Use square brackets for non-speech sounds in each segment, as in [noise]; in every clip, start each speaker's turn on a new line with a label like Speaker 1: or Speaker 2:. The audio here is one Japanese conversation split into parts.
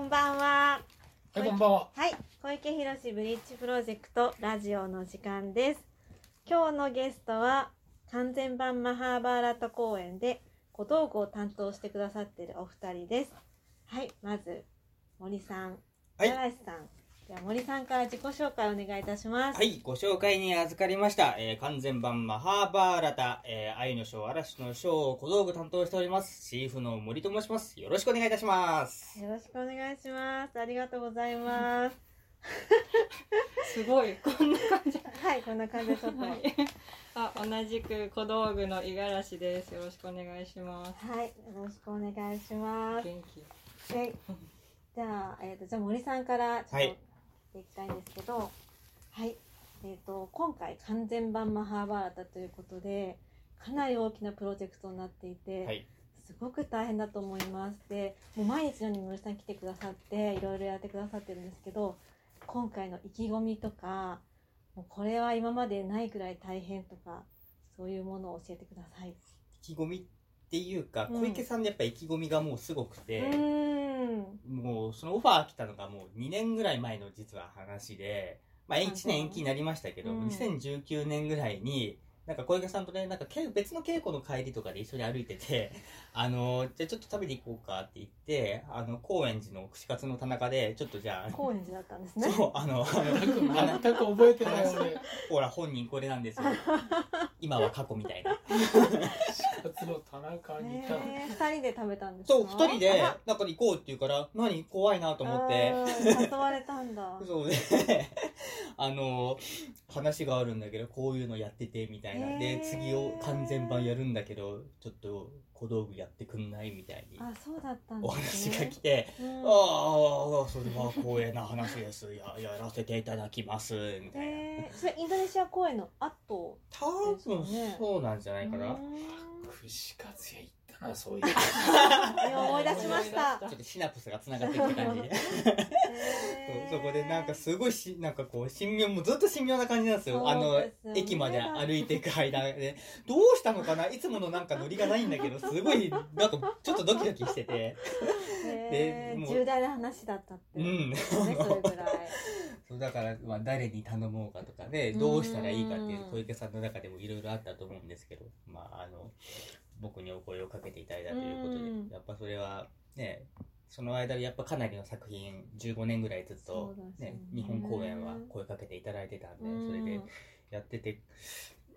Speaker 1: んばんは。
Speaker 2: はい、こんばんは。
Speaker 1: はい、小池博士ブリッジプロジェクトラジオの時間です。今日のゲストは完全版マハーバーラタ公演で小道具を担当してくださっているお二人です。はい、まず森さん、
Speaker 3: はい
Speaker 1: 奈良石さん。じゃあ森さんから自己紹介お願いいたします。
Speaker 3: はい、ご紹介に預かりました、えー完全版マハーバーラタ、えー愛の章、嵐の章を小道具担当しております、シーフの森と申します。よろしくお願いいたします。
Speaker 1: よろしくお願いします。ありがとうございます。
Speaker 4: すごいこんな感じ。
Speaker 1: はい、こんな感じで
Speaker 2: [laughs]
Speaker 1: ちょっと。
Speaker 4: は
Speaker 1: はい
Speaker 4: あ、同じく小道具の五十嵐です。よろしくお願いします。
Speaker 1: い、よろしくお願いします。
Speaker 4: 元気。
Speaker 1: はい。じゃあ、えっ、と、じゃあ森さんからちょっと、
Speaker 3: は
Speaker 1: やっ
Speaker 3: い
Speaker 1: ていきたいんですけど、はい。えっ、と、今回完全版マハーバーラタということで、かなり大きなプロジェクトになっていて、
Speaker 3: はい、
Speaker 1: すごく大変だと思います。で、もう毎日のように森さん来てくださって、いろいろやってくださってるんですけど、今回の意気込みとか、もうこれは今までないくらい大変とか、そういうものを教えてください。
Speaker 3: 意気込みっていうか、
Speaker 1: うん
Speaker 3: 小池さんのやっぱ意気込みがもうすごくて、
Speaker 1: うーん。
Speaker 3: もうそのオファー来たのがもう2年ぐらい前の実は話で、まあ
Speaker 1: そう
Speaker 3: 1年延期になりましたけど、
Speaker 1: うん
Speaker 3: 2019年ぐらいに、なんか小池さんとね、なんかけ別の稽古の帰りとかで一緒に歩いてて、 [laughs] あの、じゃあちょっと食べに行こうかって言って、あの、高円寺の串カツの田中で、ちょっとじゃあ、
Speaker 1: 高円寺だったんですね。
Speaker 3: そう、あの、 [laughs] あの
Speaker 2: 全く覚えてないの
Speaker 1: [laughs]
Speaker 2: で、
Speaker 3: ほら本人これなんですよ。今は過去みたいな。
Speaker 2: 活の田中にいた。
Speaker 1: えー、2人で食べたんですか
Speaker 3: そう、二人で
Speaker 1: あ、
Speaker 3: なんか行こうって言うから、何怖いなと思って。
Speaker 1: あー誘われたんだ
Speaker 3: [laughs] そうね。あの、話があるんだけど、こういうのやってて、みたいな。
Speaker 1: へ
Speaker 3: で
Speaker 1: ー、
Speaker 3: 次を完全版やるんだけど、ちょっと小道具やってくんないみたいに
Speaker 1: あそうだったん
Speaker 3: お
Speaker 1: です
Speaker 3: 話
Speaker 1: ね
Speaker 3: が来て、
Speaker 1: うん
Speaker 3: ああ、それは光栄な話です。や、やらせていただきます、みたいな。
Speaker 1: えー、それインドネシア公演の後
Speaker 3: 多分そうなんじゃないかな。
Speaker 1: うーん
Speaker 2: 串カツ屋行ったな、そういう。
Speaker 1: いや思い出しました
Speaker 3: ちょっとシナプスが繋がってる感じで
Speaker 1: えー
Speaker 3: そうそこでなんかすごいし、なんかこう、神妙、もうずっと神妙な感じなんですよ。あ
Speaker 1: そう
Speaker 3: の
Speaker 1: ですよ、ね
Speaker 3: 駅まで歩いていく間で。どうしたのかないつものなんかノリがないんだけど、すごい、なんかちょっとドキドキして
Speaker 1: え
Speaker 3: て。
Speaker 1: ー
Speaker 3: でもう
Speaker 1: 重大な話だったって
Speaker 3: う
Speaker 1: ね
Speaker 3: ん。
Speaker 1: それぐ
Speaker 3: [laughs]
Speaker 1: らい
Speaker 3: そうだから、まあ、誰に頼もうかとかね、どうしたらいいかっていう、小池さんの中でもいろいろあったと思うんですけど、まあ、あの、僕にお声をかけていただいたというこ
Speaker 1: うん
Speaker 3: とで、やっぱそれは、ね、その間でやっぱかなりの作品、15年ぐらいずっ
Speaker 1: そう
Speaker 3: と
Speaker 1: です、よ
Speaker 3: ね
Speaker 1: ね、
Speaker 3: 日本公演は声かけていただいてたんで、それ
Speaker 1: う
Speaker 3: で
Speaker 1: ん
Speaker 3: やってて、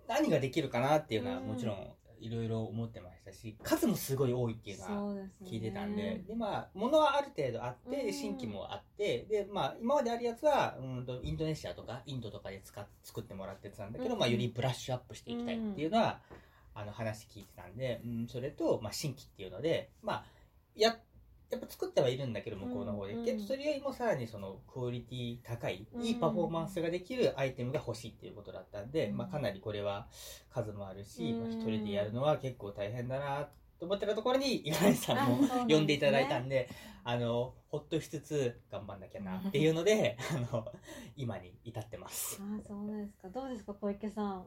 Speaker 3: 何ができるかなっていうのは
Speaker 1: うん
Speaker 3: もちろんいろいろ思ってましたし、数もすごい多いっていうのは
Speaker 1: そうですね
Speaker 3: 聞いてたんで、でまあ物はある程度あって、
Speaker 1: うん
Speaker 3: で新規もあってでまあ今まであるやつはうんとインドネシアとかインドとかで使っ作ってもらってたんだけど、
Speaker 1: うん
Speaker 3: まあよりブラッシュアップしていきたいっていうのは、あの話聞いてたんで、うん、それと、まあ、新規っていうのでまあややっぱ作ってはいるんだけど向こうの方で、
Speaker 1: うん
Speaker 3: けどそれよりもさらにそのクオリティ高い
Speaker 1: うん
Speaker 3: いいパフォーマンスができるアイテムが欲しいっていうことだったんで、
Speaker 1: うん
Speaker 3: まあ、かなりこれは数もあるし、ま
Speaker 1: う
Speaker 3: あ、
Speaker 1: ん
Speaker 3: 一人でやるのは結構大変だなと思ってたところに五十嵐さんも
Speaker 1: あそうなんですね
Speaker 3: 呼んでいただいたんで、あの、ほっとしつつ頑張んなきゃなっていうので、あの、今に至ってます。
Speaker 1: あそうですかどうですか小池さん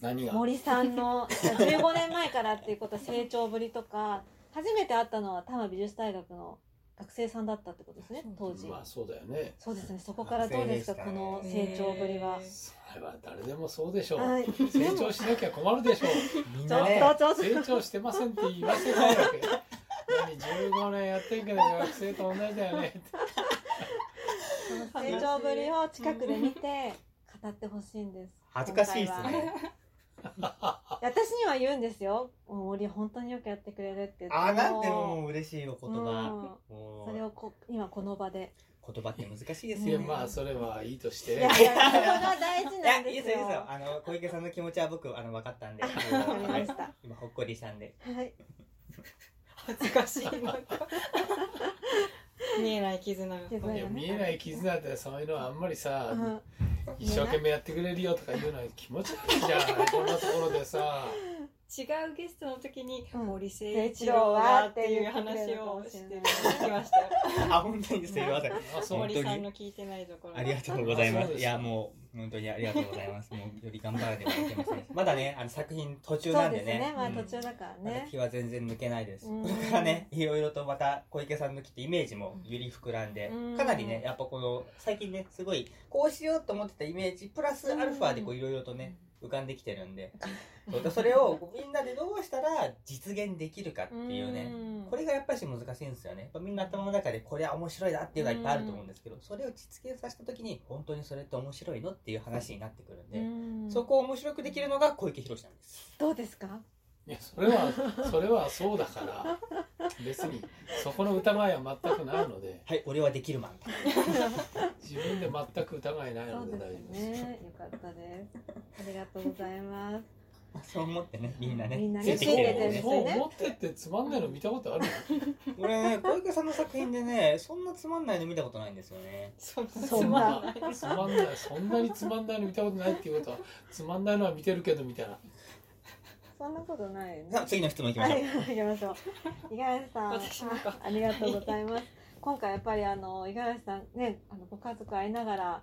Speaker 2: 何が
Speaker 1: 森さんの15年前からっていうことは成長ぶりとか初めて会ったのは多摩美術大学の学生さんだったってことですね当時、
Speaker 2: まあ、そうだよね。
Speaker 1: そうですねそこからどうですか、
Speaker 3: 学
Speaker 1: こ
Speaker 3: 生
Speaker 1: の
Speaker 3: でしたね
Speaker 1: 成長ぶりは、
Speaker 2: それは誰でもそうでしょう。
Speaker 1: はい
Speaker 2: 成長しなきゃ困る
Speaker 1: [laughs]
Speaker 2: でしょう。
Speaker 3: みん
Speaker 1: ちょ
Speaker 3: なね、
Speaker 1: っとち
Speaker 2: 成
Speaker 1: ょっと
Speaker 2: 長してませんって言わせないわけ。何、15年やってんけど学生と同じだよねって。
Speaker 4: 長
Speaker 1: 成長ぶりを近くで見て語ってほしいんです
Speaker 3: 恥ずかしいで
Speaker 1: 今
Speaker 3: す
Speaker 1: 回は
Speaker 3: ね。
Speaker 1: 私には言うんですよもう森本当によくやってくれるって言って
Speaker 3: あ、なんてもう嬉しいお言葉。
Speaker 1: うん
Speaker 3: も
Speaker 1: それ
Speaker 3: う
Speaker 1: をこ今この場で
Speaker 3: 言葉って難しいです
Speaker 2: いや、
Speaker 3: よね。
Speaker 2: まあ、それはいいとし
Speaker 1: い
Speaker 2: て
Speaker 1: や。いやそれが大事
Speaker 3: い
Speaker 1: な
Speaker 3: や、
Speaker 1: ん
Speaker 3: いい
Speaker 1: で
Speaker 3: ですすよ、いい
Speaker 1: よ
Speaker 3: ですよ。あの、小池さんの気持ちは僕、あの、分かったんで。あ
Speaker 1: わかり
Speaker 3: のは
Speaker 1: ま
Speaker 3: い
Speaker 1: した
Speaker 3: 今、ほっこりしたんで。
Speaker 1: はい
Speaker 4: 恥ずかしいなんか。見えない絆が。
Speaker 1: 絆
Speaker 2: いや見えない絆ってそういうのはあんまりさ、
Speaker 1: うん
Speaker 2: 一生懸命やってくれるよとか言うのは気持ち悪いじゃんこんなところでさ
Speaker 4: 違うゲストの時に、
Speaker 1: うん
Speaker 4: 森誠一郎はっていう話をしてきましたよ。
Speaker 3: あ、本当にすいません。
Speaker 2: あ
Speaker 3: 本
Speaker 2: そう
Speaker 3: 当に
Speaker 4: 森さんの聞いてないところ。
Speaker 3: ありがとうござい
Speaker 2: あ
Speaker 3: ま
Speaker 2: そう
Speaker 3: す。
Speaker 2: ですか
Speaker 3: いや、もう、本当にありがとうございます。もうより頑張らねばいけません。まだね、あの作品途中
Speaker 1: そ
Speaker 3: な
Speaker 1: うん
Speaker 3: で
Speaker 1: ですね
Speaker 3: ね。。
Speaker 1: まあ
Speaker 3: うん
Speaker 1: 途中だから
Speaker 3: まだ
Speaker 1: ね。
Speaker 3: 気は全然抜けないです。
Speaker 1: うん
Speaker 3: これからね、いろいろとまた小池さんのきってイメージもより膨らんで
Speaker 1: う、ん
Speaker 3: かなりね、やっぱこの、最近ね、すごい、こうしようと思ってたイメージ、プラスアルファでこういろいろとね、浮かんできてるんで、そうでそれをこうみんなでどうしたら実現できるかっていうね、
Speaker 1: うん
Speaker 3: これがやっぱり難しいんですよね。やっぱみんな頭の中でこれは面白いなっていうのがいっぱいあると思うんですけど、それを実現させた時に本当にそれって面白いのっていう話になってくるんで、
Speaker 1: うん
Speaker 3: そこを面白くできるのが小池博士なんです。
Speaker 1: どうですか？
Speaker 2: いやそれはそれはそうだから別にそこの疑いは全くないので
Speaker 3: はい、俺はできるマンだ。
Speaker 2: 自分で全く疑いない
Speaker 1: そ
Speaker 2: の
Speaker 1: う
Speaker 2: で
Speaker 1: で
Speaker 2: 大丈
Speaker 1: す
Speaker 2: 夫です。
Speaker 1: ね。よかったです。ありがとうございます。
Speaker 3: そう思ってね、みんなね、
Speaker 1: みんな
Speaker 3: つい
Speaker 1: ね
Speaker 3: てきてる
Speaker 1: 信
Speaker 3: ん
Speaker 1: じ
Speaker 3: でね
Speaker 1: て。
Speaker 2: そう思ってってつまんないの見たことある
Speaker 3: 俺ね、小池さんの作品でね、そんなつまんないの見たことないんですよね。
Speaker 4: そんな
Speaker 1: そ
Speaker 4: つ
Speaker 1: ん
Speaker 4: まん
Speaker 1: な
Speaker 4: ない。
Speaker 2: つまんないそんなにつまんないの見たことないっていうことはつまんないのは見てるけどみたいな
Speaker 1: そんなことないよね
Speaker 3: さあ、。次の質問いきま
Speaker 1: は
Speaker 3: しょ
Speaker 1: い、。
Speaker 3: う
Speaker 1: 行きましょう。五十嵐さん、
Speaker 4: 私もか
Speaker 1: あありがとうございます。今回やっぱりあの五十嵐さんね、あのご家族会いながら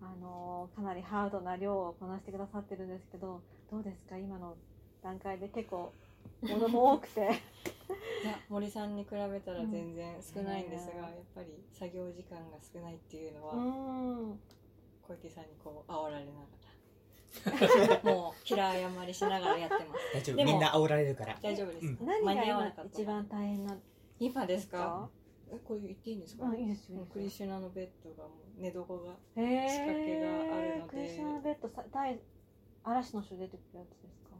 Speaker 1: あのかなりハードな量をこなしてくださってるんですけど、どうですか今の段階で結構物も多くて、
Speaker 4: いや森さんに比べたら全然少ないんですが、やっぱり作業時間が少ないっていうの
Speaker 1: [laughs] う
Speaker 4: は、
Speaker 1: ん、
Speaker 4: 小池さんにこう煽られな
Speaker 1: [laughs]
Speaker 4: がらもう平謝りしながらやってます
Speaker 3: 大丈
Speaker 4: で
Speaker 3: 夫、
Speaker 4: も
Speaker 3: みんな煽られるから。
Speaker 4: 大丈夫です、
Speaker 3: うん
Speaker 1: 何が
Speaker 4: 間に合わ
Speaker 1: 今
Speaker 4: なかった
Speaker 1: 一番大変なんで
Speaker 4: 今ですすか
Speaker 1: か？
Speaker 4: えこれ言っていいんですか、
Speaker 1: うん、いいですよ
Speaker 4: もう。クリシュナのベッドがもう寝床が
Speaker 1: へえ
Speaker 4: 仕掛けがあるので
Speaker 1: クリスナベッドさ、大嵐の書出てくるやつですか？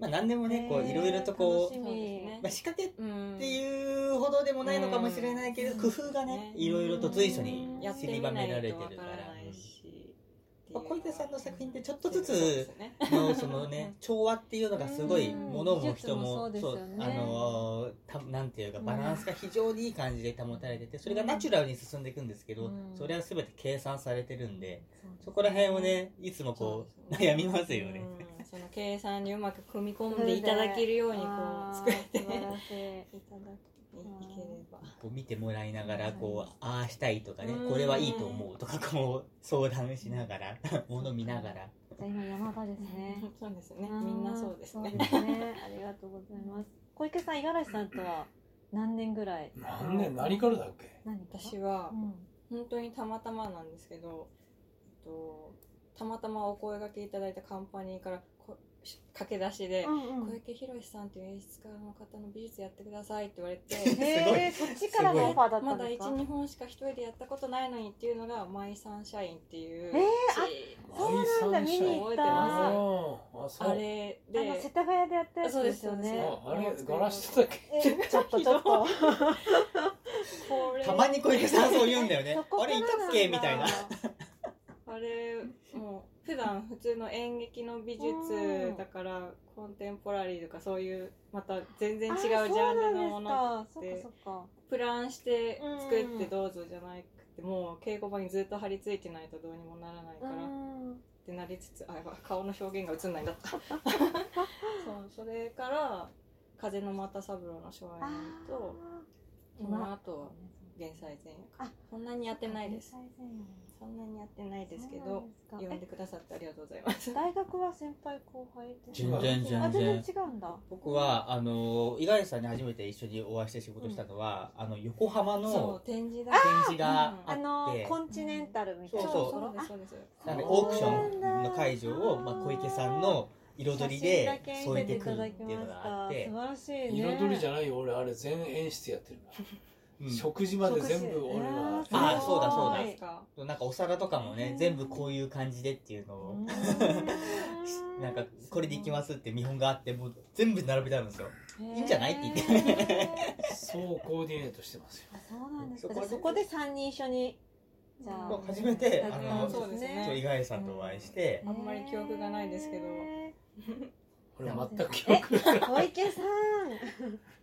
Speaker 3: まあ、なんでもね、こう、
Speaker 1: へー
Speaker 3: いろいろとこ
Speaker 1: 楽しみ
Speaker 4: そうですね
Speaker 3: う、まあ、仕掛けっ
Speaker 4: うん
Speaker 3: ていうほどでもないのかもしれないけれど、工夫がね、いろいろと随所に
Speaker 1: うん
Speaker 4: やって
Speaker 3: 散り
Speaker 4: み
Speaker 3: ば
Speaker 4: な
Speaker 3: め
Speaker 4: いと
Speaker 3: ら
Speaker 4: わ
Speaker 3: れてる
Speaker 4: か
Speaker 3: からら。
Speaker 4: ないし、
Speaker 3: まあ小池さんの作品ってちょっとずつ
Speaker 4: そうですね
Speaker 3: のその
Speaker 1: [laughs]
Speaker 3: ね調和っていうのがすごい
Speaker 1: うん
Speaker 3: 物も人
Speaker 1: 技術もそ
Speaker 3: も
Speaker 1: うですよね
Speaker 3: あのーたなんていうかバランスが非常にいい感じで保たれててそれがナチュラルに進んでいくんですけど、
Speaker 1: うん
Speaker 3: それは全て計算されてるんで
Speaker 1: そうです
Speaker 3: そこら辺をねいつもこう
Speaker 4: そうで
Speaker 3: 悩
Speaker 4: すね
Speaker 3: みますよね。
Speaker 4: うんその計算にうまく組み込んでいただけるようにこ
Speaker 1: あ
Speaker 4: う
Speaker 1: ー
Speaker 4: 作ってい
Speaker 1: 素
Speaker 4: た
Speaker 1: 晴
Speaker 4: だけ
Speaker 1: らしい。
Speaker 4: れば
Speaker 3: こう見てもらいながらこう
Speaker 1: そう
Speaker 3: ああしたいとかね
Speaker 1: うん
Speaker 3: これはいいと思うとかこう相談しながら物見ながら
Speaker 1: じゃあ今山場ですね。
Speaker 4: [laughs] そうですねみんなそうですね
Speaker 1: あーそうですねありがとうございます。小池さん、五十嵐さんとは何年ぐらい？
Speaker 2: 何年何からだっけ
Speaker 1: 何か
Speaker 4: 私は
Speaker 1: うん
Speaker 4: 本当にたまたまなんですけど、えっと、たまたまお声がけいただいたカンパニーからこ駆け出しで
Speaker 1: う
Speaker 4: 「
Speaker 1: んう
Speaker 4: 小
Speaker 1: ん。
Speaker 4: 池宏さんという演出家の方の美術やってください」って言われて
Speaker 1: えー、そっちからのオファーだった
Speaker 4: ま
Speaker 1: ん
Speaker 4: だ
Speaker 1: ですか？
Speaker 4: 12本しか一人でやったことないのにっていうのが「マイ・サンシャイン」っていう、
Speaker 1: えー
Speaker 4: ち
Speaker 1: そうなんだ、見に行っ
Speaker 4: 覚えて
Speaker 1: た。
Speaker 4: ま
Speaker 1: あ
Speaker 4: す
Speaker 2: あそう
Speaker 4: あ
Speaker 2: あれ
Speaker 4: れで
Speaker 1: の世田谷でやったやつですよ
Speaker 4: そうです
Speaker 1: ね。
Speaker 4: そ
Speaker 2: あれガラスだっけ
Speaker 1: え、ちょ [laughs] っとちょっと。
Speaker 4: これ
Speaker 3: たまに小池さん [laughs] そう言うんだよね
Speaker 1: そこか
Speaker 3: あ
Speaker 1: ら
Speaker 3: れ
Speaker 1: ないん
Speaker 3: た
Speaker 1: だ
Speaker 3: っけみたいな。
Speaker 4: あれも [laughs] う普段普通の演劇の美術だからコンテンポラリーとかそういうまた全然違うジャンルのもの
Speaker 1: あそうなんですか。そっか
Speaker 4: プランして作ってどうぞじゃなくてもう稽古場にずっと張り付いてないとどうにもならない
Speaker 1: そ
Speaker 4: か
Speaker 1: っか。
Speaker 4: ら
Speaker 1: う
Speaker 4: っ
Speaker 1: ん
Speaker 4: てなりつつあやばい顔の表現が映んないんだ [laughs] ったそうそれから「風の又三郎」の初演
Speaker 1: あ
Speaker 4: と
Speaker 1: ー
Speaker 4: その後は原祭前夜
Speaker 1: あ
Speaker 4: かそんなにやってないです
Speaker 1: 天才戦友
Speaker 4: そんなにやってないですけ
Speaker 1: そう
Speaker 4: ど
Speaker 1: なんです
Speaker 4: 呼
Speaker 1: か
Speaker 4: んでくださってありがとうございます
Speaker 1: え大学は先輩後輩ですか
Speaker 3: 全然全
Speaker 1: あ全
Speaker 3: 然
Speaker 1: 然違うんだ。
Speaker 3: 僕はあの五十嵐さんに初めて一緒にお会いして仕事したのは、あの横浜
Speaker 4: そ
Speaker 3: の
Speaker 4: う展示だ
Speaker 3: 展示があ
Speaker 1: あ
Speaker 3: っ
Speaker 1: の
Speaker 3: て、
Speaker 1: コンチネンタルみたい
Speaker 3: そう
Speaker 1: な
Speaker 3: そう
Speaker 1: ところ
Speaker 4: ですそうです
Speaker 3: なんで
Speaker 2: あ
Speaker 3: オークションの会場をまあ、小池さんの彩りで添えてくるっていうのがあって
Speaker 1: 素、晴らしいね
Speaker 2: 彩りじゃないよ俺あれ全演出やってるから
Speaker 3: うん
Speaker 2: 食事まで全部俺が
Speaker 1: 食事
Speaker 3: あーそうだそうだ
Speaker 1: すごい
Speaker 4: だ
Speaker 3: なんかお皿とかもね全部こういう感じでっていうのを、
Speaker 1: う
Speaker 3: [laughs] なんかこれでいきますって見本があってもう全部並べてあるんですよ。いいんじゃないって
Speaker 1: 言
Speaker 3: 言
Speaker 1: っ
Speaker 3: って
Speaker 2: そうコーディネートしてますよ
Speaker 1: そうなんですかじ
Speaker 3: そこで
Speaker 1: ゃあそこで三人一緒にじゃあ
Speaker 3: もう初めて
Speaker 1: やった
Speaker 3: あの
Speaker 1: そうですね
Speaker 3: そう五十嵐さんとお会いして、
Speaker 4: あんまり記憶がないですけど
Speaker 1: へ
Speaker 2: 俺全く記憶
Speaker 1: ー小池さん
Speaker 2: [laughs]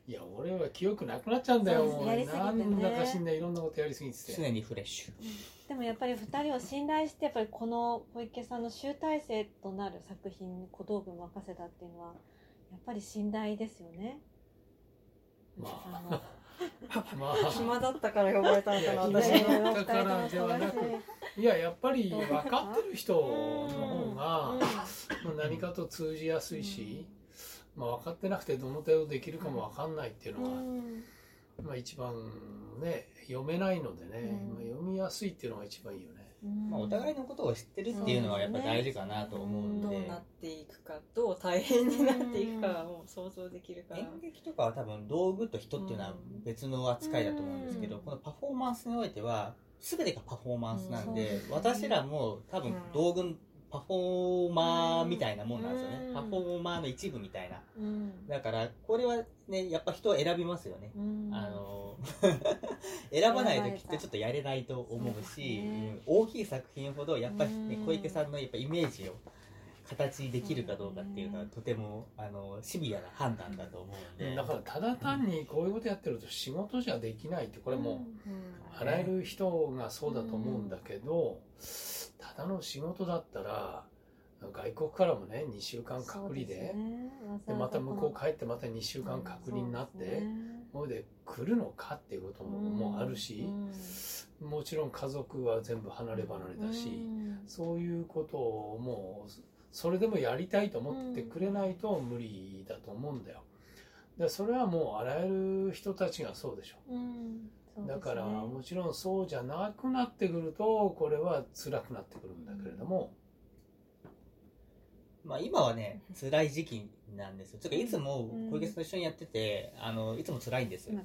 Speaker 2: いや俺は記憶なくなっちゃうんだよ
Speaker 1: そう
Speaker 2: もう
Speaker 1: やりすぎてね
Speaker 2: なんだかしんないいろんなことやりすぎてて
Speaker 3: 常にフレッシュ。
Speaker 1: でもやっぱり二人を信頼してやっぱりこの小池さんの集大成となる作品に小道具を任せたっていうのはやっぱり信頼ですよね。
Speaker 2: まあ
Speaker 1: あの
Speaker 2: ま
Speaker 4: 暇だったから呼ばれたのかな [laughs] 私
Speaker 2: いや
Speaker 4: も
Speaker 2: 暇だったからではなくあいややっぱり分かってる人の方がまあ何かと通じやすいし、まあ、分かってなくてどの程度できるかも分かんないっていうのが、まあ、一番ね読めないのでね、
Speaker 1: うん
Speaker 2: まあ、読みやすいっていうのが一番いいよね。
Speaker 3: まあ、お互いのことを知ってるっていうのはやっぱ大事かなと思うん
Speaker 4: どう
Speaker 3: で、
Speaker 4: なっていくかどう大変になっていくかはもう想像できるから
Speaker 3: 演劇とかは多分道具と人っていうのは別の扱いだと思うんですけど、
Speaker 1: うん
Speaker 3: このパフォーマンスにおいては全てがパフォーマンスなん
Speaker 1: うんそう
Speaker 3: で、
Speaker 1: ですね
Speaker 3: 私らも多分道具のパフォーマーみたいなもんなんですよね、
Speaker 1: うん
Speaker 3: パフォーマーの一部みたいなだからこれはねやっぱ人を選びますよね、あの [laughs] 選ばないときってちょっとやれないと思
Speaker 1: そう
Speaker 3: うし、
Speaker 1: ですね
Speaker 3: うん大きい作品ほどやっぱり、ね
Speaker 1: うん
Speaker 3: 小池さんのやっぱイメージを形にできるかどうかっていうのはとてもあのシビアな判断だと思うんで、
Speaker 2: だからただ単にこういうことやってると仕事じゃできないってこれもうあらゆる人がそうだと思うんだけど、ただの仕事だったら外国からもね2週間隔離ででまた向こう帰ってまた2週間隔離になって、ほいで来るのかっていうことももうあるし、もちろん家族は全部離れ離れだし、そういうことをもうそれでもやりたいと思ってくれないと無理だと思うんだよ。でそれはもうあらゆる人たちがそうでしょ。だからもちろんそうじゃなくなってくるとこれは辛くなってくるんだけれども、
Speaker 3: まあ、今はね辛い時期なんですよちょっといつも
Speaker 1: うん
Speaker 3: 小池さんと一緒にやっててあのいつも辛いんですよ、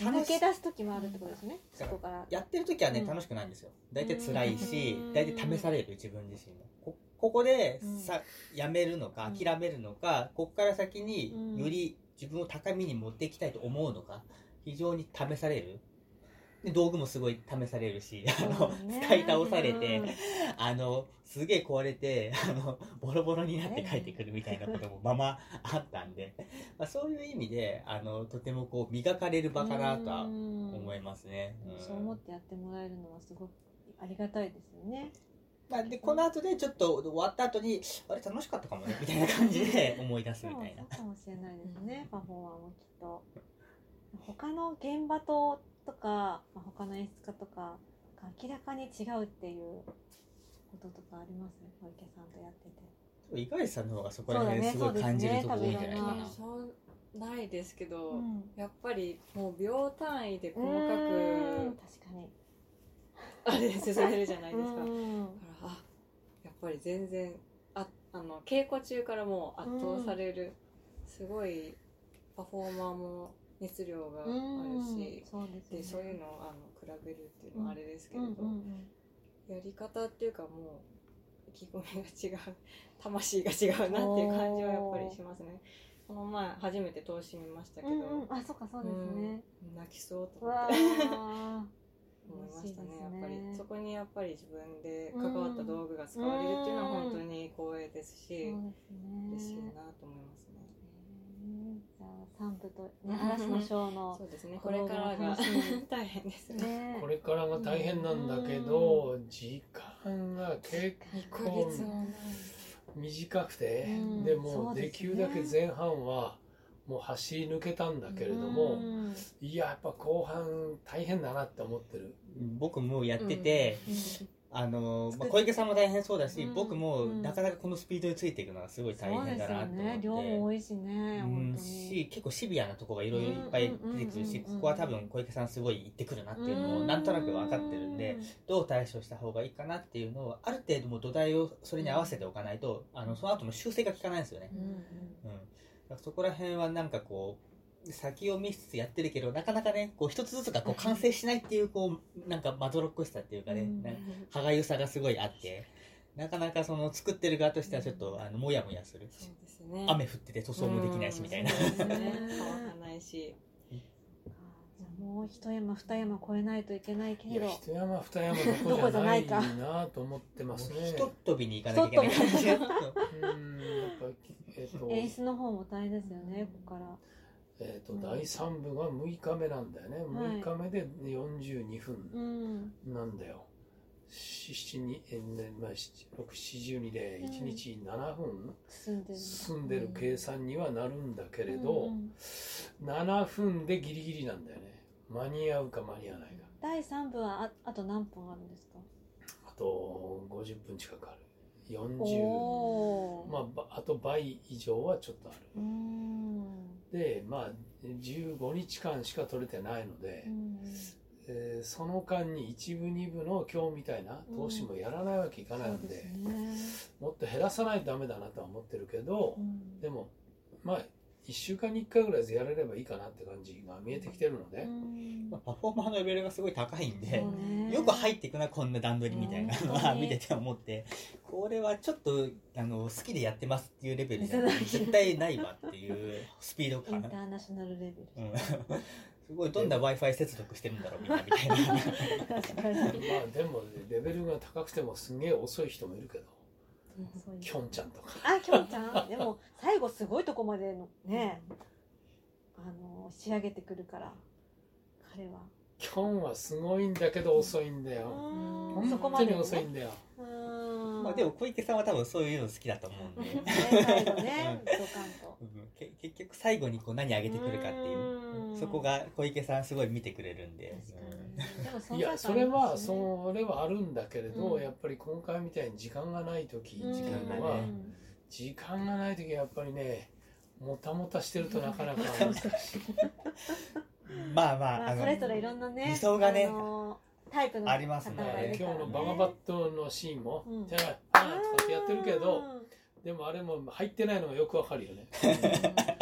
Speaker 1: 抜け出す時もあるってことですねそこから
Speaker 3: やってる時はね
Speaker 1: うん
Speaker 3: 楽しくないんですよ大体辛いし
Speaker 1: うん
Speaker 3: 大体試される自分自身もこここでさ、やめるのか
Speaker 1: うん
Speaker 3: 諦めるのかここから先に
Speaker 1: うん
Speaker 3: より自分を高みに持っていきたいと思うのか非常に試されるで道具もすごい試されるしあの、使い倒されて、あのすげえ壊れてあのボロボロになって帰ってくるみたいなこともままあったんで、まあ、そういう意味であのとてもこう磨かれる場かなとは思いますね。うん
Speaker 1: そう思ってやってもらえるのはすごくありがたいですよね。
Speaker 3: まあ、でこの後でちょっと終わった後にあれ楽しかったかもねみたいな感じで [laughs] 思い出す
Speaker 1: そう
Speaker 3: みたいな
Speaker 1: かもしれないですね、パフォーマーもきっと。他の現場ととか、まあ、他の演出家とかが明らかに違うっていうこととかありますね、小池さんとやってて。
Speaker 3: 五十嵐さんの方がそこら辺すごい感じるとこ多いんじゃないかな、
Speaker 1: うん
Speaker 4: そうないですけど、
Speaker 1: ん、
Speaker 4: やっぱりもう秒単位で細か
Speaker 1: うん
Speaker 4: く
Speaker 1: 確かに。
Speaker 4: あれ進めるじゃないですか。だか
Speaker 1: うん
Speaker 4: らあやっぱり全然ああの稽古中からもう圧倒される、すごいパフォーマーも熱量があるし、
Speaker 1: そうですね
Speaker 4: でそういうのをあの比べるっていうのはあれですけ
Speaker 1: う
Speaker 4: れ
Speaker 1: ん
Speaker 4: ど、
Speaker 1: うん
Speaker 4: やり方っていうかもう意気込みが違う [laughs] 魂が違うなっていう感じはやっぱりしますねこの前初めて投資見ましたけ
Speaker 1: う
Speaker 4: ど、
Speaker 1: んうんうん、あ、そうか、そうですね。
Speaker 4: 泣きそうと
Speaker 1: う
Speaker 4: 思っ [laughs]
Speaker 1: わ
Speaker 4: て
Speaker 1: ー
Speaker 4: 思いました
Speaker 1: 嬉しい
Speaker 4: ね
Speaker 1: です
Speaker 4: や
Speaker 1: ね
Speaker 4: っぱりそこにやっぱり自分で関わった道具が使われるっていうのは本当に光栄ですし、
Speaker 1: そうですね。
Speaker 4: 嬉しいなと思いますね
Speaker 1: ねじゃあ三部とね嵐のショーの
Speaker 4: そうですねこれからが [laughs]
Speaker 1: 楽し
Speaker 4: 大変です
Speaker 1: み
Speaker 4: ね
Speaker 1: ね
Speaker 2: これからが大変なんだけど、時間が結
Speaker 4: 2ヶ
Speaker 2: 構
Speaker 4: 月もない
Speaker 2: 短くて、
Speaker 1: うん
Speaker 2: で
Speaker 1: そ
Speaker 2: も
Speaker 1: う
Speaker 2: うで
Speaker 1: です
Speaker 2: き
Speaker 1: ね
Speaker 2: るだけ前半はもう走り抜けたんだけれども、
Speaker 1: うん
Speaker 2: いややっぱ後半大変だなって思ってる。
Speaker 3: 僕もやってて、あのまあ、小池さんも大変そうだし、
Speaker 1: うん
Speaker 3: 僕も
Speaker 1: うん
Speaker 3: なかなかこのスピードについていくのはすごい大
Speaker 1: そう
Speaker 3: 変
Speaker 1: です
Speaker 3: だ
Speaker 1: よ
Speaker 3: なと思って
Speaker 1: ね。量も多いしね、
Speaker 3: うん
Speaker 1: 本当に。
Speaker 3: し結構シビアなとこがいろいろいっぱい出てくるし、
Speaker 1: うんうんうんうん
Speaker 3: ここは多分小池さんすごい行ってくるなっていうのを
Speaker 1: うん
Speaker 3: なんとなく分かってるんで、どう対処した方がいいかなっていうのをある程度もう土台をそれに合わせておかないとあのその後の修正が効かないんですよね、
Speaker 1: うんうん
Speaker 3: うん、だからそこら辺はなんかこう先を見つつやってるけどなかなかねこう一つずつがこう完成しないっていうこうなんかまどろっこしさっていうかね、
Speaker 1: うん
Speaker 3: なんか歯がゆさがすごいあってなかなかその作ってる側としてはちょっとあのモヤモヤする
Speaker 4: そうですね
Speaker 3: 雨降ってて塗装もできないしみたいな
Speaker 4: うんそうですね乾かないし
Speaker 1: じゃあもう一山二山越えないといけないけ
Speaker 2: い
Speaker 1: れ
Speaker 2: や
Speaker 1: ど。
Speaker 2: 一山二山どこじゃないなと思ってますね。
Speaker 3: ひとっ飛びに行かなきゃいけない感じが
Speaker 2: うんや
Speaker 3: [laughs]
Speaker 2: っぱえっと
Speaker 1: 演出の方も大変ですよね、ここから。
Speaker 2: えー、と第3部が6日目なんだよね、
Speaker 1: はい
Speaker 2: 6日目で42分
Speaker 1: うん。
Speaker 2: なんだよ、七にえーねまあ、七六42で1日7分
Speaker 1: 進んでる。
Speaker 2: 進んでる計算にはなるんだけれ
Speaker 1: う
Speaker 2: ど、
Speaker 1: ん
Speaker 2: 7分でギリギリなんだよね間に合うか間に合わないか
Speaker 1: 第3部はああと何本あるんですか
Speaker 2: あと50分近くある40
Speaker 1: おお、
Speaker 2: まあばあと倍以上はちょっとあ
Speaker 1: うー
Speaker 2: る
Speaker 1: ん
Speaker 2: でまあ15日間しか取れてないので、
Speaker 1: うん
Speaker 2: えーその間に1部2部の今日みたいな投資もやらないわけいかない
Speaker 1: そ
Speaker 2: の
Speaker 1: う
Speaker 2: で,、
Speaker 1: ですね、
Speaker 2: もっと減らさないとダメだなとは思ってるけど
Speaker 1: う、ん
Speaker 2: でもまあ1週間に1回ぐらいやれればいいかなって感じが見えてきてるので、
Speaker 1: うん
Speaker 3: まあパフォーマーのレベルがすごい高いんで
Speaker 1: そう、ね
Speaker 3: よく入っていくな、こんな段取りみたいなのは
Speaker 1: うん
Speaker 3: 見てて思って、これはちょっと、あの、好きでやってますっていうレベルじゃ
Speaker 1: いただけない
Speaker 3: 絶対ないわっていうスピード
Speaker 1: イン
Speaker 3: 感
Speaker 1: タ。ーナショナルレベル、
Speaker 3: うんすごい、どんな Wi-Fi 接続してるんだろう、みんな、みた
Speaker 1: [laughs]
Speaker 3: いな。
Speaker 1: 確かに
Speaker 2: まあでもレベルが高くてもすげえ遅い人もいるけど
Speaker 1: そういう
Speaker 2: きょんちゃんとか
Speaker 1: あきょんちゃんでも最後すごいとこまでのねあの仕上げてくるから彼は
Speaker 2: きょんはすごいんだけど遅いんだよ、
Speaker 4: ん
Speaker 1: うんそこ
Speaker 2: 本
Speaker 1: ま
Speaker 2: 当
Speaker 1: で
Speaker 2: に
Speaker 1: ね
Speaker 2: 遅いんだよ、
Speaker 1: うん
Speaker 3: まあでも、小池さんは多分そういうの好きだと思うんで
Speaker 1: ね、最後ねドカンと
Speaker 3: うんけ結局最後にこう何上げてくるかっていう、
Speaker 1: うん
Speaker 3: そこが小池さんすごい見てくれるんで。
Speaker 1: 確か
Speaker 3: うん
Speaker 1: にでも存在感ありますね
Speaker 2: いやそれはそれはあるんだけれど、
Speaker 1: うん
Speaker 2: やっぱり今回みたいに時間がない時
Speaker 1: うん
Speaker 2: 時間
Speaker 3: が
Speaker 2: は、
Speaker 3: ね
Speaker 2: 時間がない時はやっぱりねもたもたしてるとなかなか難しい
Speaker 3: まあまあ、
Speaker 1: ま
Speaker 3: あ
Speaker 1: あ
Speaker 3: の
Speaker 1: それぞれいろんなね
Speaker 3: 理想がね
Speaker 1: あのタイプの
Speaker 3: ありますね
Speaker 1: 方がいるから
Speaker 2: 今日のバガバットのシーンも
Speaker 1: うん
Speaker 2: 「じゃあパーン!」とかってやってるけどでもあれも入ってないのがよくわかるよね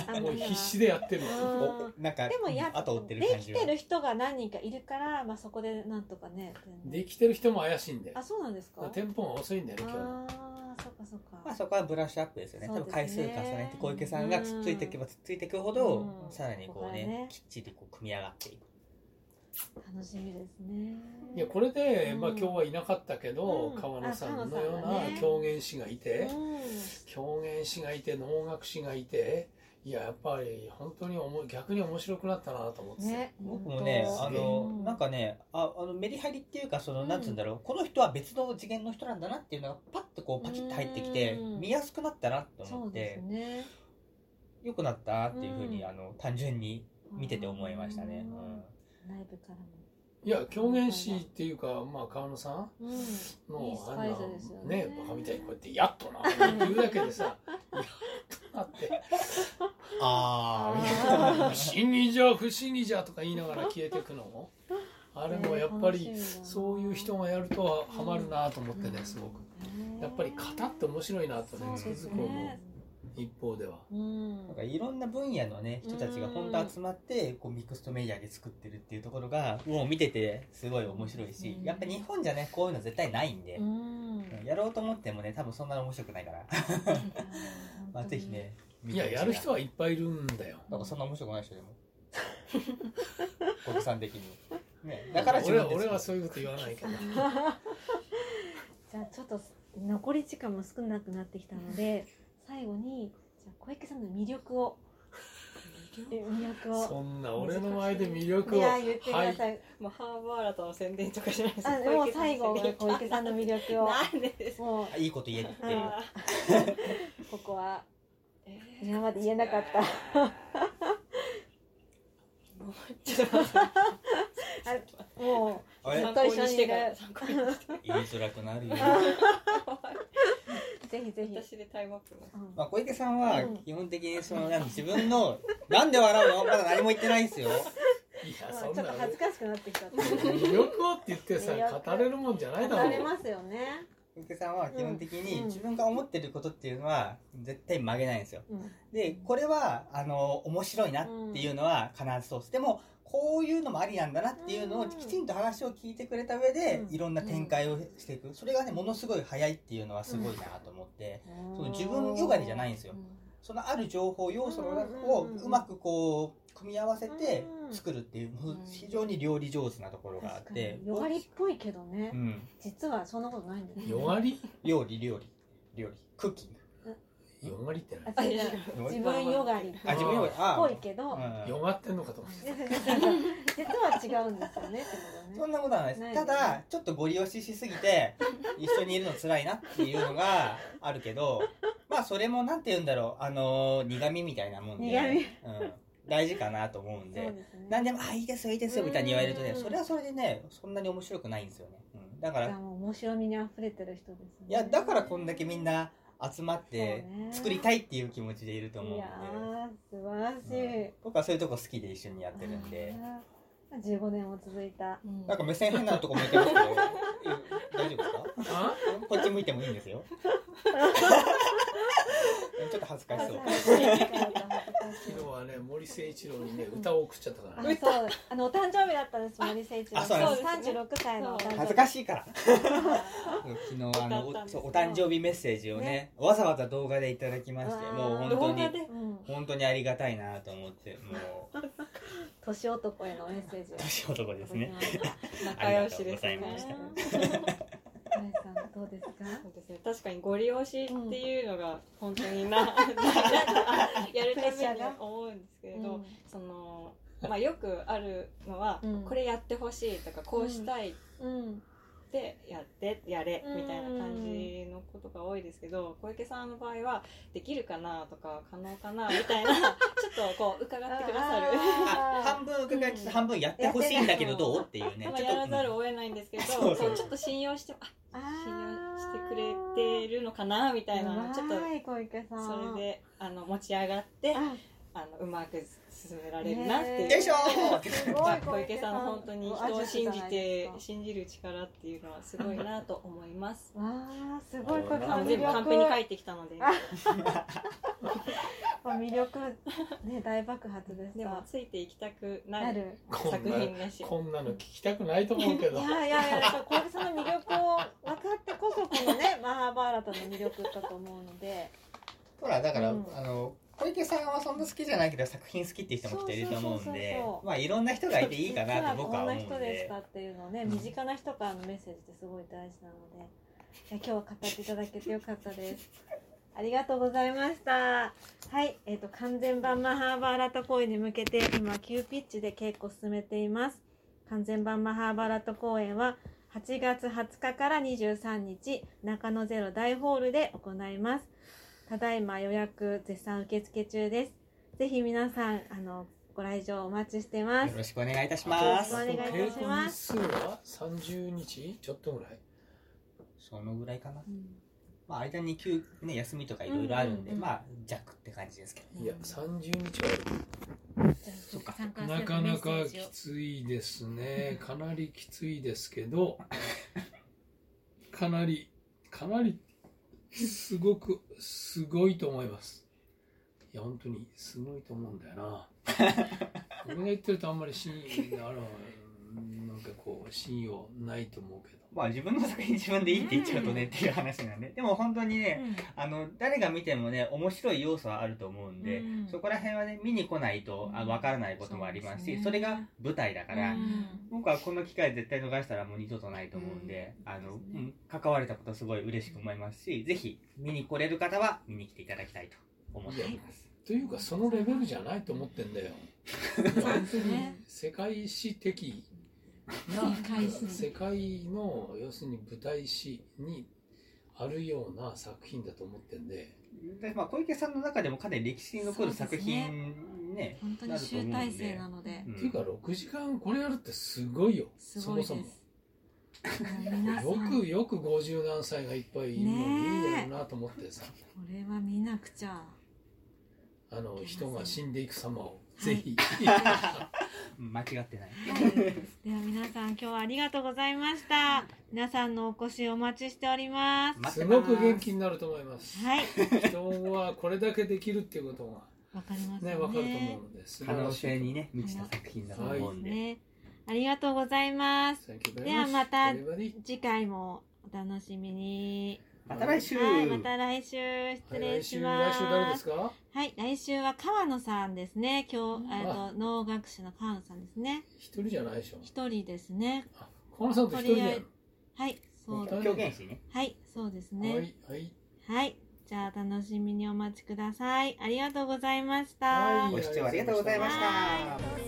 Speaker 1: あの
Speaker 2: [laughs] もう必死でやってる
Speaker 1: うん
Speaker 2: わ
Speaker 3: おなんか、
Speaker 1: でもや
Speaker 3: うん後追ってる
Speaker 1: で
Speaker 3: 感
Speaker 1: き
Speaker 3: じは
Speaker 1: てる人が何人かいるから、まあ、そこでなんとかね全然
Speaker 2: できてる人も怪しいんだよ
Speaker 1: あそうなんですか
Speaker 2: だからテンポが遅いんだよね今日の
Speaker 1: ああそっかそっか、
Speaker 3: まあそこはブラッシュアップですよね。
Speaker 1: そう
Speaker 3: 多
Speaker 1: です
Speaker 3: 分
Speaker 1: ね
Speaker 3: 回数重ねて小池さんがつっついていけばつっついていくほど、
Speaker 1: うん
Speaker 3: さらにこう
Speaker 1: ここがね
Speaker 3: ね、きっちりこう組み上がっていく。
Speaker 1: 楽しみですね
Speaker 2: いやこれで、まあ、
Speaker 1: うん
Speaker 2: 今日はいなかったけど、
Speaker 1: うん
Speaker 2: 川野さんのよう
Speaker 1: あ川野さんがね
Speaker 2: な狂言師がいて、
Speaker 1: うん
Speaker 2: 狂言師がいて能楽師がいていややっぱり本当におも逆に面白くなったなと思ってて、
Speaker 1: ね
Speaker 3: 僕もね、
Speaker 2: 本当
Speaker 3: あ
Speaker 1: う
Speaker 3: の
Speaker 1: ん、
Speaker 3: なんかね、ああのメリハリっていうか、その、
Speaker 1: うん
Speaker 3: なんつうんだろう、この人は別の次元の人なんだなっていうのが、パッとこう、パキッと入ってきて、
Speaker 1: うん
Speaker 3: 見やすくなったなと
Speaker 1: そ
Speaker 3: 思っ
Speaker 1: うで
Speaker 3: て
Speaker 1: す、ね
Speaker 3: 良くなったなっていうふう
Speaker 1: う
Speaker 3: に、
Speaker 1: ん
Speaker 3: あの、単純に見てて思いましたね。
Speaker 1: うん内部からも
Speaker 2: いや狂言師っていうか、まあ、川野さん
Speaker 1: うんいい
Speaker 2: の
Speaker 1: ス
Speaker 2: あ
Speaker 1: パ
Speaker 2: んな
Speaker 1: イスですよね
Speaker 2: ねバカみたいにこうやって「やっとな」って言うだけ
Speaker 1: [laughs]
Speaker 2: でさ「やっとな」って
Speaker 3: あ
Speaker 1: ー
Speaker 2: 「
Speaker 3: [laughs]
Speaker 2: 不思議じゃ不思議じゃ」とか言いながら消えていくのもあれもやっぱりそういう人がやるとはハマるなと思ってねすごく。やっぱり型って面白いなとねつ
Speaker 1: そう
Speaker 2: く
Speaker 1: です
Speaker 2: づく思う
Speaker 1: ね
Speaker 2: 一方では
Speaker 1: うん
Speaker 3: なんかいろんな分野のね人たちが本当集まってこうミックストメディアで作ってるっていうところがもう見ててすごい面白いし
Speaker 1: うん
Speaker 3: やっぱ日本じゃねこういうの絶対ないんで
Speaker 1: う、ん
Speaker 3: やろうと思ってもね多分そんなに面白くないからまあぜひね
Speaker 2: いややる人
Speaker 3: は
Speaker 2: はいっぱいいるんだよ
Speaker 3: なんかそんな面白くない人でも国産的に、ね、だから自
Speaker 2: 俺
Speaker 3: 分
Speaker 2: は俺は
Speaker 3: で作
Speaker 2: そういうこと言わないけど
Speaker 1: じゃあちょっと残り時間も少なくなってきたので最後にじゃあ小池さんの魅力をえ魅力を
Speaker 2: そんな俺の前で魅力
Speaker 1: い
Speaker 2: を
Speaker 1: や言ってくだ
Speaker 2: は
Speaker 1: さい、
Speaker 4: もうハーバーラとの宣伝とかじゃないですか
Speaker 1: あでも最後は小池さんの魅 [laughs] 力を
Speaker 4: なんでですか
Speaker 1: もう
Speaker 3: いいこと言えって
Speaker 1: う
Speaker 3: いう
Speaker 1: ここは
Speaker 4: えー
Speaker 1: 今まで言えなかった
Speaker 4: もうちょっと待って
Speaker 1: もう
Speaker 3: あ
Speaker 1: ず
Speaker 3: れ
Speaker 1: っ
Speaker 4: 参
Speaker 1: と
Speaker 4: 考
Speaker 1: 一
Speaker 4: に
Speaker 1: 緒に
Speaker 4: し
Speaker 1: い
Speaker 4: て
Speaker 1: る
Speaker 4: から参考にして
Speaker 3: 言いづらくなるよ、
Speaker 1: [laughs] ぜひぜひ、
Speaker 4: 私でタイムアップも
Speaker 1: うん
Speaker 3: まあ、小池さんは
Speaker 1: うん
Speaker 3: 基本的にそのなんか自分の「なんで笑うの?」まだ何も言ってないんですよ
Speaker 2: いいや
Speaker 1: まあち
Speaker 2: そ
Speaker 1: ょっ
Speaker 2: ん
Speaker 1: と
Speaker 2: な
Speaker 1: 恥ずかしくなってきちゃった
Speaker 2: 魅力をって言ってさ
Speaker 1: 魅力
Speaker 2: 語れるもんじゃないだ
Speaker 1: 語
Speaker 2: ろ
Speaker 1: れ
Speaker 2: う
Speaker 1: ますよね、
Speaker 3: 小池さんは基本的
Speaker 1: う
Speaker 3: に
Speaker 1: ん
Speaker 3: 自分が思ってることっていうのは絶対曲げないんですよ。
Speaker 1: うん
Speaker 3: で、これは、あの、面白いなっていうのは必ずそうです。でも、こういうのもありなんだなっていうの
Speaker 1: う
Speaker 3: を
Speaker 1: ん
Speaker 3: きちんと話を聞いてくれた上で
Speaker 1: う、ん
Speaker 3: いろんな展開をしていく。それがね、ものすごい早いっていうのはすごいなと思って、そう自分よがりじゃないんですよそのある情報要素の中を
Speaker 1: うんうんうんうん
Speaker 3: うまくこう、組み合わせて
Speaker 1: うん
Speaker 3: 作るっていう、もう
Speaker 4: うん
Speaker 3: 非常に料理上手なところがあっ
Speaker 1: 確か
Speaker 3: て
Speaker 1: に。よがりっぽいけどね、
Speaker 3: うん。
Speaker 1: 実はそんなことないんだよ
Speaker 2: よがり
Speaker 3: 料理、料理、料理。クッ
Speaker 1: [laughs]
Speaker 3: キング。
Speaker 2: よがりってない
Speaker 1: あ違う違う自分よがりっ
Speaker 3: あ、自分より、あ
Speaker 1: ぽいけど、
Speaker 3: うん
Speaker 2: よがってんのかと思っ
Speaker 1: 実 [laughs] は違うんですよねってこ
Speaker 3: そんなことはないで
Speaker 1: ない
Speaker 3: す。
Speaker 1: です
Speaker 3: ただ、ちょっとご利用ししすぎ
Speaker 1: [laughs]
Speaker 3: て、一緒にいるの辛いなっていうのが [laughs] あるけど、まあそれもなんて言うんだろう、あのー苦味みたいなもんで。
Speaker 1: 苦味
Speaker 3: うん大事かなと思うん
Speaker 1: そう
Speaker 3: で。
Speaker 1: ですね。
Speaker 3: 何でも、あ、いいですよ、いいですよ、みたいに言われるとね、
Speaker 1: うん
Speaker 3: それはそれでね、そんなに面白くないんですよね。うん、だか
Speaker 1: じゃ
Speaker 3: ら、
Speaker 1: あもう面白みに溢れてる人ですね。
Speaker 3: いや、だからこんだけみんな集まっ
Speaker 1: そ
Speaker 3: て
Speaker 1: うね、
Speaker 3: 作りたいっていう気持ちでいると思うん
Speaker 1: い
Speaker 3: で
Speaker 1: や。ー素晴らしい。
Speaker 3: 僕はそういうとこ好きで一緒にやってるんで。
Speaker 1: あー15年も続いた。
Speaker 3: なんか目線変なとこ向いてますけど、え大丈夫ですか
Speaker 2: あ
Speaker 3: こっち向いてもいいんですよ。ちょっと恥ずかしそう。
Speaker 2: 昨日はね、森誠一郎にね、歌を送っちゃったから
Speaker 1: あ [laughs]
Speaker 2: ね。
Speaker 1: そうあのお誕生日だったんです森誠一郎
Speaker 3: あそうなん
Speaker 4: です
Speaker 1: 三十六歳のお誕生日
Speaker 3: 恥ずか
Speaker 1: し
Speaker 3: しいから。昨日あ
Speaker 4: 歌ったん
Speaker 3: の
Speaker 4: です
Speaker 3: そうお誕生日メッセージをねわざわざ動画でいただきまして
Speaker 1: うわー
Speaker 3: もう本当
Speaker 4: 動画
Speaker 3: に
Speaker 4: で
Speaker 1: うん、
Speaker 3: 本当にありがたいなと思ってもう
Speaker 1: 年男へのメッセージを
Speaker 3: 年男ですね。
Speaker 4: 仲良しです
Speaker 3: ありがとうございま
Speaker 4: ね
Speaker 3: し。
Speaker 1: 大地さんどうですか
Speaker 4: そうですね、確かにご利用しっていうのが本当にな、
Speaker 1: [laughs]
Speaker 4: やるた
Speaker 1: プレッシャ
Speaker 4: め
Speaker 1: ー
Speaker 4: に
Speaker 1: が
Speaker 4: 思うんですけれ
Speaker 1: うん
Speaker 4: ど、そのまあ、よくあるのは、
Speaker 1: うん
Speaker 4: これやってほしいとかこうしたいっ
Speaker 1: うん
Speaker 4: てやってやれ
Speaker 1: うん
Speaker 4: みたいな感じのことが多いですけど小池さんの場合はできるかなとか可能かなみた
Speaker 1: [laughs]
Speaker 4: いなちょっとこう伺ってくださる
Speaker 3: あ半分伺いつつ半分やってほしいんだけどどうっていうね
Speaker 4: まあ
Speaker 3: ちょ
Speaker 4: やら
Speaker 3: っ
Speaker 4: ざる
Speaker 3: と
Speaker 4: を得ないんですけど
Speaker 3: そうそう
Speaker 4: そうちょっと信用してあ
Speaker 1: あ
Speaker 4: 信
Speaker 1: ー
Speaker 4: 用してくれてるのかなみたいなのをちょっと
Speaker 1: うまい小池さん
Speaker 4: それであの持ち上がって
Speaker 1: あ
Speaker 4: あのうまく進められるなっていう、
Speaker 1: ね
Speaker 3: よいしょ
Speaker 1: すごい
Speaker 4: まあ小池さんの本当に人を信じて
Speaker 1: わ。
Speaker 4: 信じる力っていうのはすごいなと思います
Speaker 1: あすごい小池さ
Speaker 4: あ
Speaker 1: ん
Speaker 4: の
Speaker 1: の
Speaker 4: 全部カンペに書いてきたので
Speaker 1: あ魅力ね大爆発でし
Speaker 4: でも
Speaker 1: た
Speaker 4: ついていきたくな
Speaker 1: な
Speaker 4: る
Speaker 1: る
Speaker 2: こん
Speaker 4: 作
Speaker 2: な、
Speaker 4: 品だし。
Speaker 2: こんなの聞きたくないと思うけ
Speaker 1: い
Speaker 2: ど。
Speaker 1: やいやいややっぱ小池さんの魅力を分かってこそこのねマハーバーラタの魅力だと思うので
Speaker 3: ほらだからあ
Speaker 1: うん
Speaker 3: の小池さんはそんな好きじゃないけど作品好きっていう人もきっといると思うん
Speaker 1: そうそう
Speaker 3: で
Speaker 1: そうそう
Speaker 3: まあいろんな人がいていいかなと僕は思うん
Speaker 1: 実こんな人でし
Speaker 3: で
Speaker 1: たっていうのをね
Speaker 3: うん
Speaker 1: 身近な人からのメッセージってすごい大事なのでいや今日は語っていただけてよかったですありがとうございましたはいえっ、と完全版マハーバーラタ公演に向けて今急ピッチで稽古を進めています完全版マハーバーラタ公演は8月20日から23日中野ゼロ大ホールで行いますただいま予約絶賛受付中ですぜひ皆さんあのご来場お待ちしてます
Speaker 3: よろしくお願いいたします
Speaker 1: よろしくお願いいたしま
Speaker 2: 稽古日数は三十日ちょっとぐらい。
Speaker 3: そのぐらいかな
Speaker 1: うん
Speaker 3: まあ間に休ね休みとかいろいろあるんで
Speaker 1: うんうんうん
Speaker 3: まあ弱って感じですけど
Speaker 2: いや、三十日は
Speaker 1: そっか参加する
Speaker 2: な
Speaker 1: メ
Speaker 2: かな
Speaker 1: ッセ
Speaker 2: か
Speaker 1: ージを
Speaker 2: きついです
Speaker 1: [laughs]
Speaker 2: ね。かなりきついですけど、かなり、かなり、すごく、すごいと思います。いや、本当に、すごいと思うんだよ
Speaker 1: [laughs]
Speaker 2: な。俺が言ってるとあんまり信あの、なんかこう、信用ないと思うけど。
Speaker 3: まあ自分の作品自 [laughs] 分でいいって言っちゃうとねっていう話なんででも本当にねあの誰が見てもね面白い要素はあると思うんで、
Speaker 1: うん
Speaker 3: そこら辺はね見に来ないとあ分からないこともありますし、
Speaker 1: うん
Speaker 3: それが舞台だから、
Speaker 1: うん
Speaker 3: 僕はこの機会絶対逃したらもう二度とないと思うんで、あの
Speaker 1: そうです
Speaker 3: う
Speaker 1: ね
Speaker 3: ん関われたことすごい嬉しく思いますし、ぜひ見に来れる方は見に来ていただきたいと思っております。
Speaker 2: というか、そのレベルじゃないと思ってんだよ。
Speaker 1: そうですね
Speaker 2: 世界史的な
Speaker 1: 世界史
Speaker 2: 世界の要するに舞台史にあるような作品だと思ってんで
Speaker 3: でまあ、小池さんの中でもかなり歴史に残る
Speaker 1: そう
Speaker 3: 作
Speaker 1: ですね
Speaker 3: 品ね
Speaker 1: 本当に集大成なので
Speaker 3: うん
Speaker 2: っていうか6時間これやるってすごいよ
Speaker 1: すごいです
Speaker 2: そも
Speaker 1: 皆さ
Speaker 2: そも
Speaker 1: ん
Speaker 2: よくよく50何歳がいっぱいいるのにいいだろうなと思ってさ、
Speaker 1: これは見なくち
Speaker 2: [laughs]
Speaker 1: ゃ
Speaker 2: あの
Speaker 1: いけません
Speaker 2: 人が死んでいく様を
Speaker 1: はい [laughs]
Speaker 2: ぜひ、
Speaker 3: 間違ってない。
Speaker 1: はい、では皆さん今日はありがとうございました皆さんのお越しお待ちしております
Speaker 3: 待って
Speaker 2: す
Speaker 3: ま
Speaker 2: ご
Speaker 3: す
Speaker 2: く元気になると思います、
Speaker 1: はい
Speaker 2: 人はこれだけできるっていうことが
Speaker 1: わかります
Speaker 2: ね
Speaker 1: よね
Speaker 2: 分かると思うので素
Speaker 3: 可
Speaker 2: 晴
Speaker 3: 能
Speaker 2: らしい
Speaker 3: 性にね満ちた作品だと思
Speaker 1: そううんで
Speaker 3: で。
Speaker 1: すねありがとうございます
Speaker 2: で
Speaker 1: ではまた次
Speaker 2: 次
Speaker 1: 回もお楽しみに
Speaker 3: また来週。
Speaker 1: はいまた来週失礼
Speaker 2: 来
Speaker 1: し
Speaker 2: 週
Speaker 1: ま
Speaker 2: 来
Speaker 1: す
Speaker 2: 週誰ですか
Speaker 1: はい、来週は川野さんですね。今日、えっと
Speaker 2: あ、
Speaker 1: 能楽師の川野さんですね。
Speaker 2: 一人じゃないでしょ
Speaker 1: 一人ですね。
Speaker 2: あ河野さんと一人でやる
Speaker 1: はい、そう、
Speaker 2: はい
Speaker 3: 狂言師ね。
Speaker 1: はい、そうです
Speaker 2: は
Speaker 1: ね。
Speaker 2: いはい
Speaker 1: はい、じゃあ、楽しみにお待ちください。ありがとうございました。
Speaker 2: はい
Speaker 3: ご視聴ありがとうございまし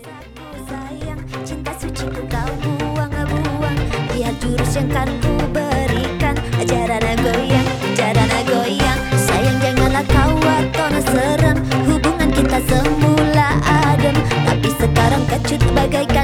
Speaker 3: た。
Speaker 5: Sayang, cinta suciku kau buang-buang Dia jurus yang kan ku berikan Ajarana goyang, ajarana goyang Sayang janganlah kau atau serem Hubungan kita semula adem kecut bagaikan